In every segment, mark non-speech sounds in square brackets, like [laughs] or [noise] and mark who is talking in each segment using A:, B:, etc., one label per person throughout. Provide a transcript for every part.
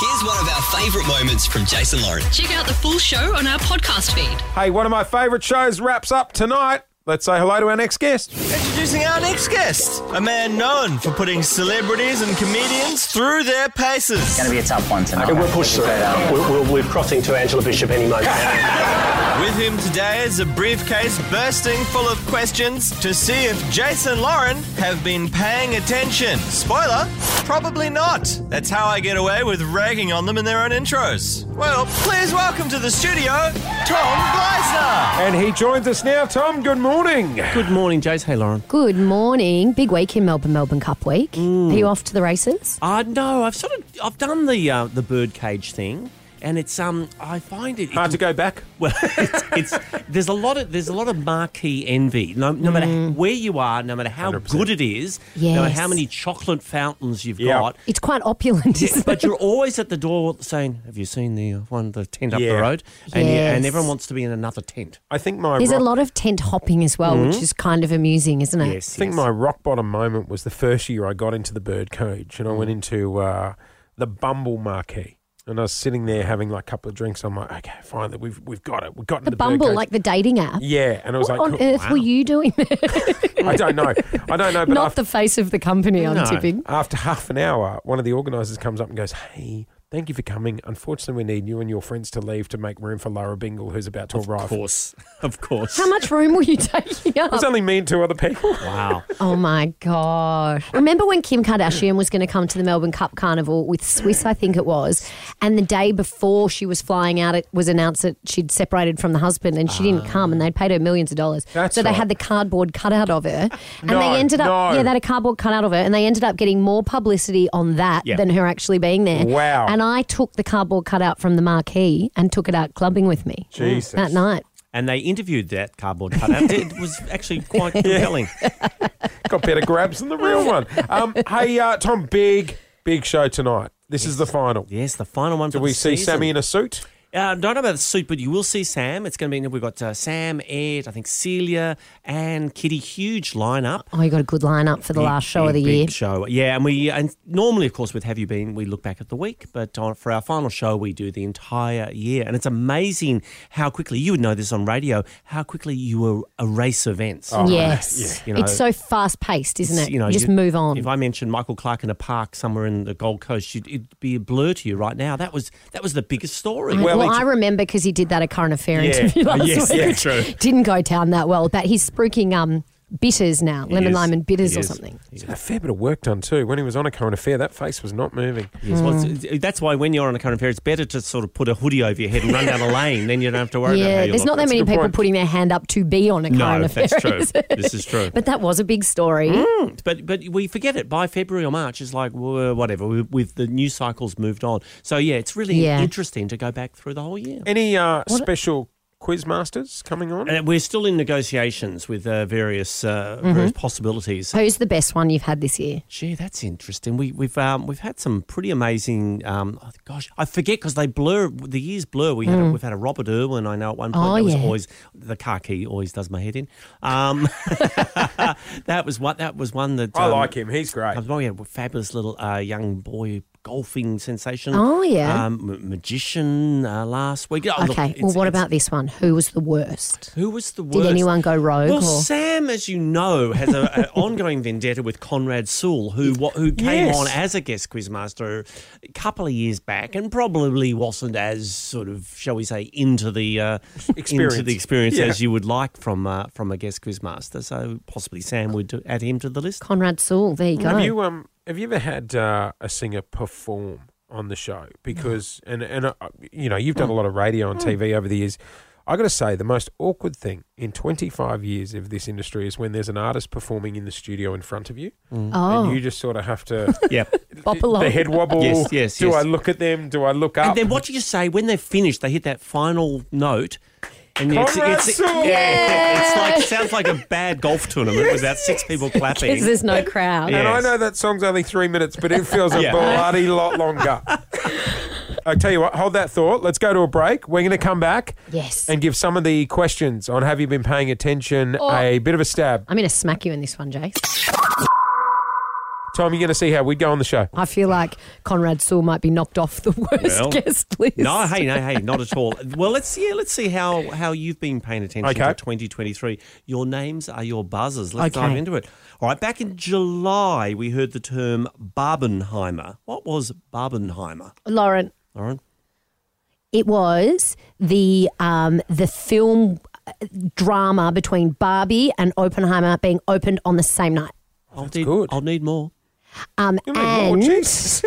A: Here's one of our favourite moments from Jason Lauren.
B: Check out the full show on our podcast feed.
C: Hey, one of my favourite shows wraps up tonight. Let's say hello to our next guest.
D: Introducing our next guest, a man known for putting celebrities and comedians through their paces.
E: It's going to be a tough one tonight.
F: We're pushed through. We're, we're, we're crossing to Angela Bishop any moment.
D: With him today is a briefcase bursting full of questions to see if Jason Lauren have been paying attention. Spoiler, probably not. That's how I get away with ragging on them in their own intros. Well, please welcome to the studio, Tom Gleisner.
C: And he joins us now. Tom, good morning.
G: Good morning, Jace. Hey, Lauren.
H: Good morning. Big week in Melbourne, Melbourne Cup week.
C: Mm.
H: Are you off to the races?
G: Uh, no, I've sort of I've done the uh, the birdcage thing, and it's um I find it
C: Hard to go back.
G: well. [laughs] It's, it's there's a lot of there's a lot of marquee envy. No, no matter where you are, no matter how good it is, no matter
H: Mm. Yes.
G: how many chocolate fountains you've
C: Yeah.
H: [laughs]
G: got.
H: It's quite opulent, isn't
G: But
H: it?
G: you're always at the door saying, "Have you seen the uh, one the tent up
C: Yeah.
G: the road?" And you- and
H: Yes.
G: everyone wants to be in another tent.
C: I think my
H: There's a
C: rock, Mm.
H: lot of tent hopping as well, which is kind of amusing, isn't it?
G: Yes,
C: I think
G: yes.
C: my rock bottom moment was the first year I got into the bird cage and I
H: Mm.
C: went into uh, the Bumble Marquee. And I was sitting there having like a couple of drinks. I'm like, okay, fine, we've we've got it. We've got
H: The
C: the
H: Bumble,
C: birdcage.
H: like the dating app.
C: yeah. And I was
H: What
C: like,
H: on
C: cool.
H: earth were you doing there?
C: I don't know. I don't know. But
H: [laughs] Not
C: after,
H: the face of the company, I'm
G: No.
H: tipping.
C: after half an hour, one of the organisers comes up and goes, hey. Thank you for coming. Unfortunately, we need you and your friends to leave to make room for Lara Bingle, who's about to arrive.
G: Of course, of course.
H: How much room were you taking
C: It was
H: up?
C: only me and two other people.
G: Wow.
H: Oh my gosh. Remember when Kim Kardashian was going to come to the Melbourne Cup Carnival with Swiss, I think it was, and the day before she was flying out, it was announced that she'd separated from the husband and she didn't come and they'd paid her millions of dollars.
C: That's
H: so they
C: right.
H: had the cardboard cutout of her and
C: No,
H: they ended up,
C: no.
H: yeah, they had a cardboard cutout of her and they ended up getting more publicity on that
G: Yeah.
H: than her actually being there.
C: Wow.
H: And I took the cardboard cutout from the marquee and took it out clubbing with me
C: Jesus.
H: that night.
G: And they interviewed that
C: [laughs]
G: cardboard cutout. it was actually
H: [laughs]
G: quite compelling.
C: [laughs] Got better grabs than the real one. Um, hey, uh, Tom, big, big show tonight. This is the final.
G: Yes, the final one.
C: Do
G: for
C: we
G: the
C: see
G: season.
C: Sammy in a suit?
G: Uh, don't know about the suit, but you will see Sam. It's going to be we've got uh, Sam, Ed, I think Celia and Kitty. Huge lineup.
H: Oh, you got a good lineup for the last show of the
G: Big,
H: year.
G: big show. Yeah, and we and normally, of course, with Have You Been, we look back at the week, but on, for our final show, we do the entire year, and it's amazing how quickly you would know this on radio how quickly you er- erase events.
H: Yes.
G: You know,
H: it's so fast paced, Oh. isn't
G: it's,
H: it? You, just move on.
G: If I mentioned Michael Clark in a park somewhere in the Gold Coast, you'd, it'd be a blur to you right now. That was that was the biggest story.
C: Well,
H: well,
C: each-
H: I remember because he did that at Current Affair
C: Yeah.
H: interview
G: Oh,
H: last
C: Yes,
H: week.
C: yeah,
H: which
C: true.
H: Didn't go down that well, but he's spruiking um, bitters now, lemon,
G: is.
H: lime, and bitters
G: He
H: or
G: is.
H: something.
C: A fair bit of work done too. When he was on a current affair, that face was not moving.
G: Yes, well, it's-
H: Hmm.
G: it's- that's why when you're on a current affair, it's better to sort of put a hoodie over your head and run down a lane. Then you don't have to worry about how
H: Yeah,
G: you
H: there's
G: look.
H: not that
C: That's a
H: many
C: good
H: people
C: point.
H: putting their hand up to be on a Current
G: no,
H: Affair.
G: that's true.
H: is it?
G: This is true.
H: [laughs]
G: Hmm?
H: But that was a big story.
G: But but we forget it by February or March. It's like well, whatever. We, we've the news cycle's moved on. So yeah, it's really
H: Yeah.
G: interesting to go back through the whole year.
C: Any uh, special quiz masters coming on?
G: And uh, we're still in negotiations with uh, various uh,
H: Mm-hmm.
G: various possibilities.
H: Who's the best one you've had this year?
G: Gee, that's interesting. We, we've um, we've had some pretty amazing. Um, oh, gosh, I forget because they blur the years blur. We had a, we've had a Robert Irwin. I know at one point
H: Mm. Oh,
G: that was
H: yeah.
G: always the car key always does my head in. Um, [laughs] that was what that was one that
C: I
G: um,
C: like him. He's great.
G: Oh yeah, fabulous little uh, young boy golfing sensation.
H: Oh, yeah.
G: um, ma- magician uh, last week. Oh, look,
H: okay, well,
G: it's-
H: what
G: it's-
H: about this one? Who was the worst?
G: who was the worst?
H: Did anyone go rogue?
G: Well,
H: or?
G: Sam, as you know, has a- [laughs] an ongoing vendetta with Conrad Sewell, who wa- who came
C: Yes.
G: on as a guest quizmaster a couple of years back, and probably wasn't as sort of, shall we say, into the uh,
C: [laughs] Experience.
G: into the experience
C: Yeah.
G: as you would like from uh, from a guest quizmaster. So possibly Sam would add him to
C: [laughs]
G: the list.
H: Conrad Sewell, there you go.
C: Have
G: uh,
C: you um have you ever had uh, a singer perform on the show?
G: Mm.
C: Because and and uh, you know you've done a lot of radio and TV over the years. I got to say the most awkward thing in 25 years of this industry is when there's an artist performing in the studio in front of you, and
H: oh, [laughs]
C: you just sort of have to
G: Mm. [laughs] Yeah.
H: bop along.
C: [laughs] the head wobble.
G: Yes, yes,
C: Do
G: yes.
C: I look at them? Do I look up?
G: And then what do you say when they're finished? They hit that final note. And
C: Conrad Sewell!
G: yeah, it's like sounds like a bad golf tournament
C: [laughs]
G: without six people clapping.
H: Because there's no crowd.
G: [laughs] Yeah.
C: And I
G: Yes.
C: know that song's only three minutes, but it feels a
G: [laughs] Yeah.
C: bloody lot
G: [laughs]
C: longer. I tell you what, hold that thought. Let's go to a break. We're going to come back
H: Yes.
C: and give some of the questions on have you been
H: Oh.
C: paying attention a bit of a stab.
H: I'm going to smack you in this one, Jace.
C: Tom, you're going to see how we'd go on the show.
H: I feel like Conrad Sewell might be knocked off the [laughs] worst
G: Well,
H: guest list.
G: No, hey, no, hey, not at all. Well, let's yeah, let's see how how you've been paying attention
C: Okay.
G: to 2023. Your names are your buzzers. Let's
H: Okay.
G: dive into it. All right, back in July, we heard the term Barbenheimer. What was Barbenheimer?
H: Lauren,
G: Lauren,
H: It was the um, the film uh, drama between Barbie and Oppenheimer being opened on the same night.
G: I'll need,
C: good.
G: I'll need more.
H: Um,
C: You made more,
H: and
C: Jesus.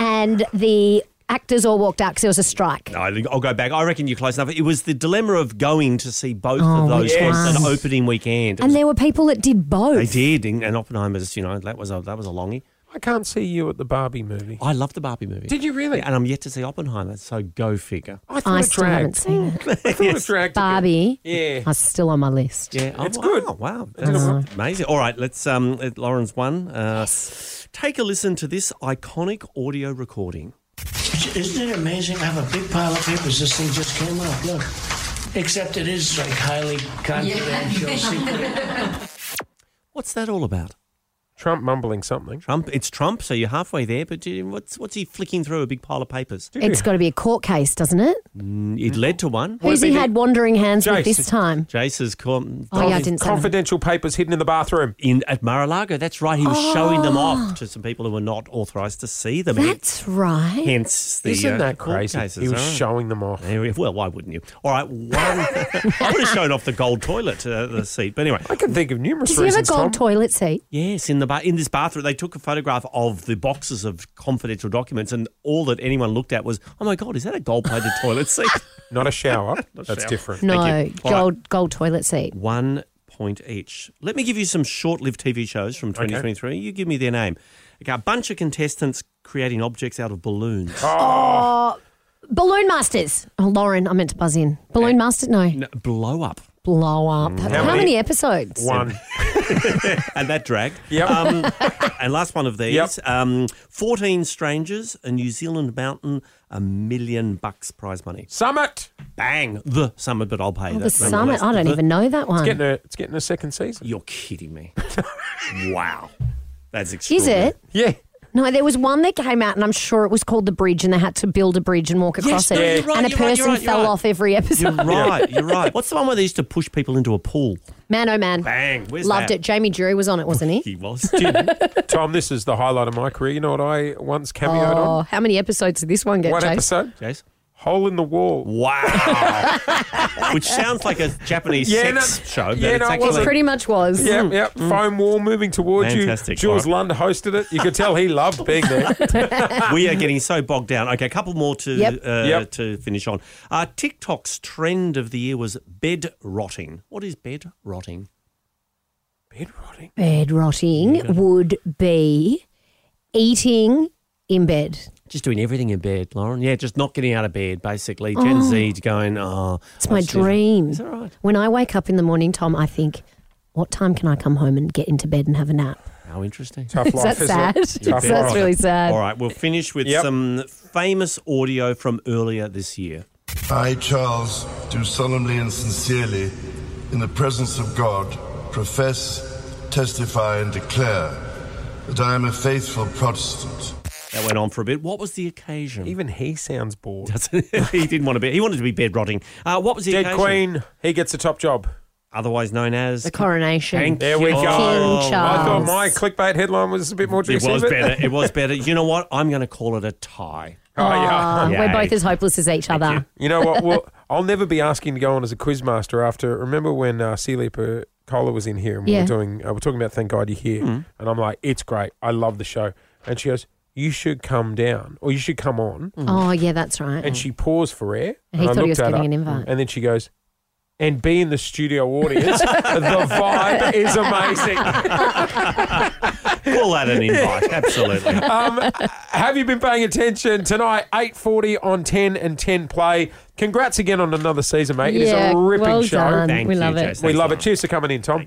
H: and the actors all walked out because there was a strike.
G: No, I think I'll go back. I reckon you're close enough. It was the dilemma of going to see both
H: Oh,
G: of those
H: yes.
G: films on an opening weekend. It
H: And
G: was-
H: there were people that did both.
G: they did, and, and Oppenheimer's. You know, that was a that was a longie.
C: I can't see you at the Barbie movie.
G: I loved the Barbie movie.
C: Did you really?
G: And I'm yet to see Oppenheimer, so go figure.
C: I thought
H: I
C: it
H: still
C: dragged.
H: haven't seen it.
C: I thought it dragged. a bit.
H: Barbie
C: Yeah.
H: are still on my list.
G: Yeah,
C: It's
G: oh,
C: good.
G: Wow, wow.
C: It's
G: That's
C: good.
G: amazing. All right, let's. Um, uh, Lauren's one. Uh, Take a listen to this iconic audio recording.
E: Isn't it amazing how a big pile of papers this thing just came up? Look. Except it is like highly confidential. secret.
G: What's that all about?
C: Trump mumbling something.
G: Trump. It's Trump. So you're halfway there, but do you- what's what's he flicking through a big pile of papers?
H: It's got to be a court case, doesn't it?
C: Mm-hmm.
G: It led to one.
H: Who's he had wandering hands with
C: Jason.
H: this time?
G: Jace's com-
H: Oh, yeah, I didn't say that.
C: Confidential papers hidden in the bathroom.
G: in at Mar-a-Lago. That's right. He was
H: Ah.
G: showing them off to some people who were not authorised to see them.
H: That's right.
G: Hence the
C: Isn't
G: uh,
C: that
G: court
C: crazy?
G: Cases.
C: he was
G: All right.
C: showing them off.
G: There we- Well, why wouldn't you? All right, one.
C: [laughs]
G: I would have shown off the gold toilet, uh, the seat. But anyway,
C: I can think of numerous
H: Does he have a
C: reasons.
H: gold
C: Tom.
H: toilet seat?
G: yes, in the ba- in this bathroom, they took a photograph of the boxes of confidential documents, and all that anyone looked at was, "Oh my god, is that a
C: [laughs]
G: gold-plated toilet seat?"
C: Not a shower.
G: [laughs] Not a
C: That's
G: shower.
C: different.
H: No,
G: you. All right.
H: gold gold toilet seat.
G: One point each. Let me give you some short-lived TV shows from 2023. You give me their name. Okay, a bunch of contestants creating objects out of balloons.
C: Oh.
H: Balloon Masters. Oh, Lauren, I meant to buzz in. Balloon Masters? No.
G: No, blow up,
H: Blow
G: Mm.
H: up. How,
C: many-
H: many, episodes? [laughs]
C: One.
G: and that dragged.
C: Yep.
G: Um, [laughs] and last one of these.
C: Yep.
G: Um, 14 strangers, a New Zealand mountain, a million bucks prize money.
C: Summit.
G: Bang! The summit, but I'll pay
H: Oh,
G: that.
H: the summit. I don't even know that
C: Getting
H: one.
C: a, it's getting a second season.
G: You're kidding
H: [laughs]
G: me. wow. That's
H: Is
G: extraordinary.
H: it?
C: Yeah.
H: No, there was one that came out, and I'm sure it was called the bridge, and they had to build a bridge and walk across
G: no, you're
H: it.
G: right,
H: and a
G: you're right,
H: person
G: you're right, you're
H: fell
G: right.
H: off every
G: You're [laughs]
H: episode.
G: right.
H: [laughs]
G: You're right. What's the one where they used to push people into a pool?
H: Man, oh man,
G: Bang. Where's
H: loved
G: that?
H: it. Jamie Drury was on it,
G: [laughs]
H: wasn't he?
G: He was.
H: [laughs]
C: Tom, this is the highlight of my career. You know what I once cameoed
H: Oh,
C: on?
H: how many episodes did this one get,
C: One
H: Jase?
C: episode.
G: Jace.
C: Hole in the
G: Mm.
C: wall.
G: Wow. Which sounds like a Japanese
C: Yeah,
G: sex
C: no-
G: show, but
C: yeah,
G: it's
C: no, it
G: actually.
H: It pretty much was.
C: Yep, yep. Foam wall moving towards
G: Mm. Fantastic.
C: you. Jules
G: All
C: Lund hosted it. You could tell he loved being
H: [laughs]
C: there.
G: we are getting so bogged down. Okay, a couple more to
H: Yep.
G: uh,
C: Yep.
G: to finish on. Uh, TikTok's trend of the year was bed rotting. What is bed rotting?
C: Bed rotting.
H: Bed rotting would be eating in bed.
G: Just doing everything in bed, Lauren. Yeah, just not getting out of bed. Basically, Gen Z going. Oh,
H: It's my dream.
G: Is that right?
H: When I wake up in the morning, Tom, I think, what time can I come home and get into bed and have a nap?
G: How interesting.
C: Tough
H: Is
C: life,
H: that sad?
C: isn't it? Tough
H: That's
C: life.
H: really sad.
G: All right, we'll finish with
C: Yep.
G: some famous audio from earlier this year.
I: I, Charles, do solemnly and sincerely, in the presence of God, profess, testify, and declare that I am a faithful Protestant.
G: That went on for a bit. What was the occasion?
C: Even he sounds bored.
G: [laughs] he didn't want to be. He wanted to be bed rotting. Uh, what was the
C: Dead
G: occasion?
C: Queen. He gets a top job.
G: otherwise known as
H: The coronation.
G: Thank
C: There we
G: you.
C: go.
G: Oh,
H: King
C: I
H: Charles.
C: thought my clickbait headline was a bit more
G: It
C: juicy.
G: was
C: but-
G: better.
C: [laughs]
G: It was better. You know what? I'm going to call it a tie.
C: Oh, yeah.
H: Uh, We're
G: Yay.
H: both as hopeless as each other.
C: You know what? Well, [laughs] I'll never be asking to go on as a quizmaster after. Remember when uh, Celia Percola was in here and we
H: Yeah.
C: were doing, uh, we're talking about Thank God You're Here, and I'm like, it's great, I love the show, and she goes, you should come down or you should come on,
H: Oh, yeah, that's right.
C: and she paused for air.
H: He
C: and I
H: thought he
C: looked
H: was
C: at
H: getting
C: her,
H: an invite.
C: and then she goes. And be in the studio
H: [laughs]
C: audience. the vibe is amazing.
G: Call that an
H: [laughs]
G: invite. Absolutely.
C: Have you been paying attention tonight? Eight forty on ten and ten play. Congrats again on another season, mate. it
H: yeah,
C: is a ripping
H: well
C: show.
H: done.
G: Thank
H: we
G: you,
H: love it.
G: Jason.
C: We
G: Thanks,
C: love it.
G: Lauren.
C: Cheers for coming in, Tom.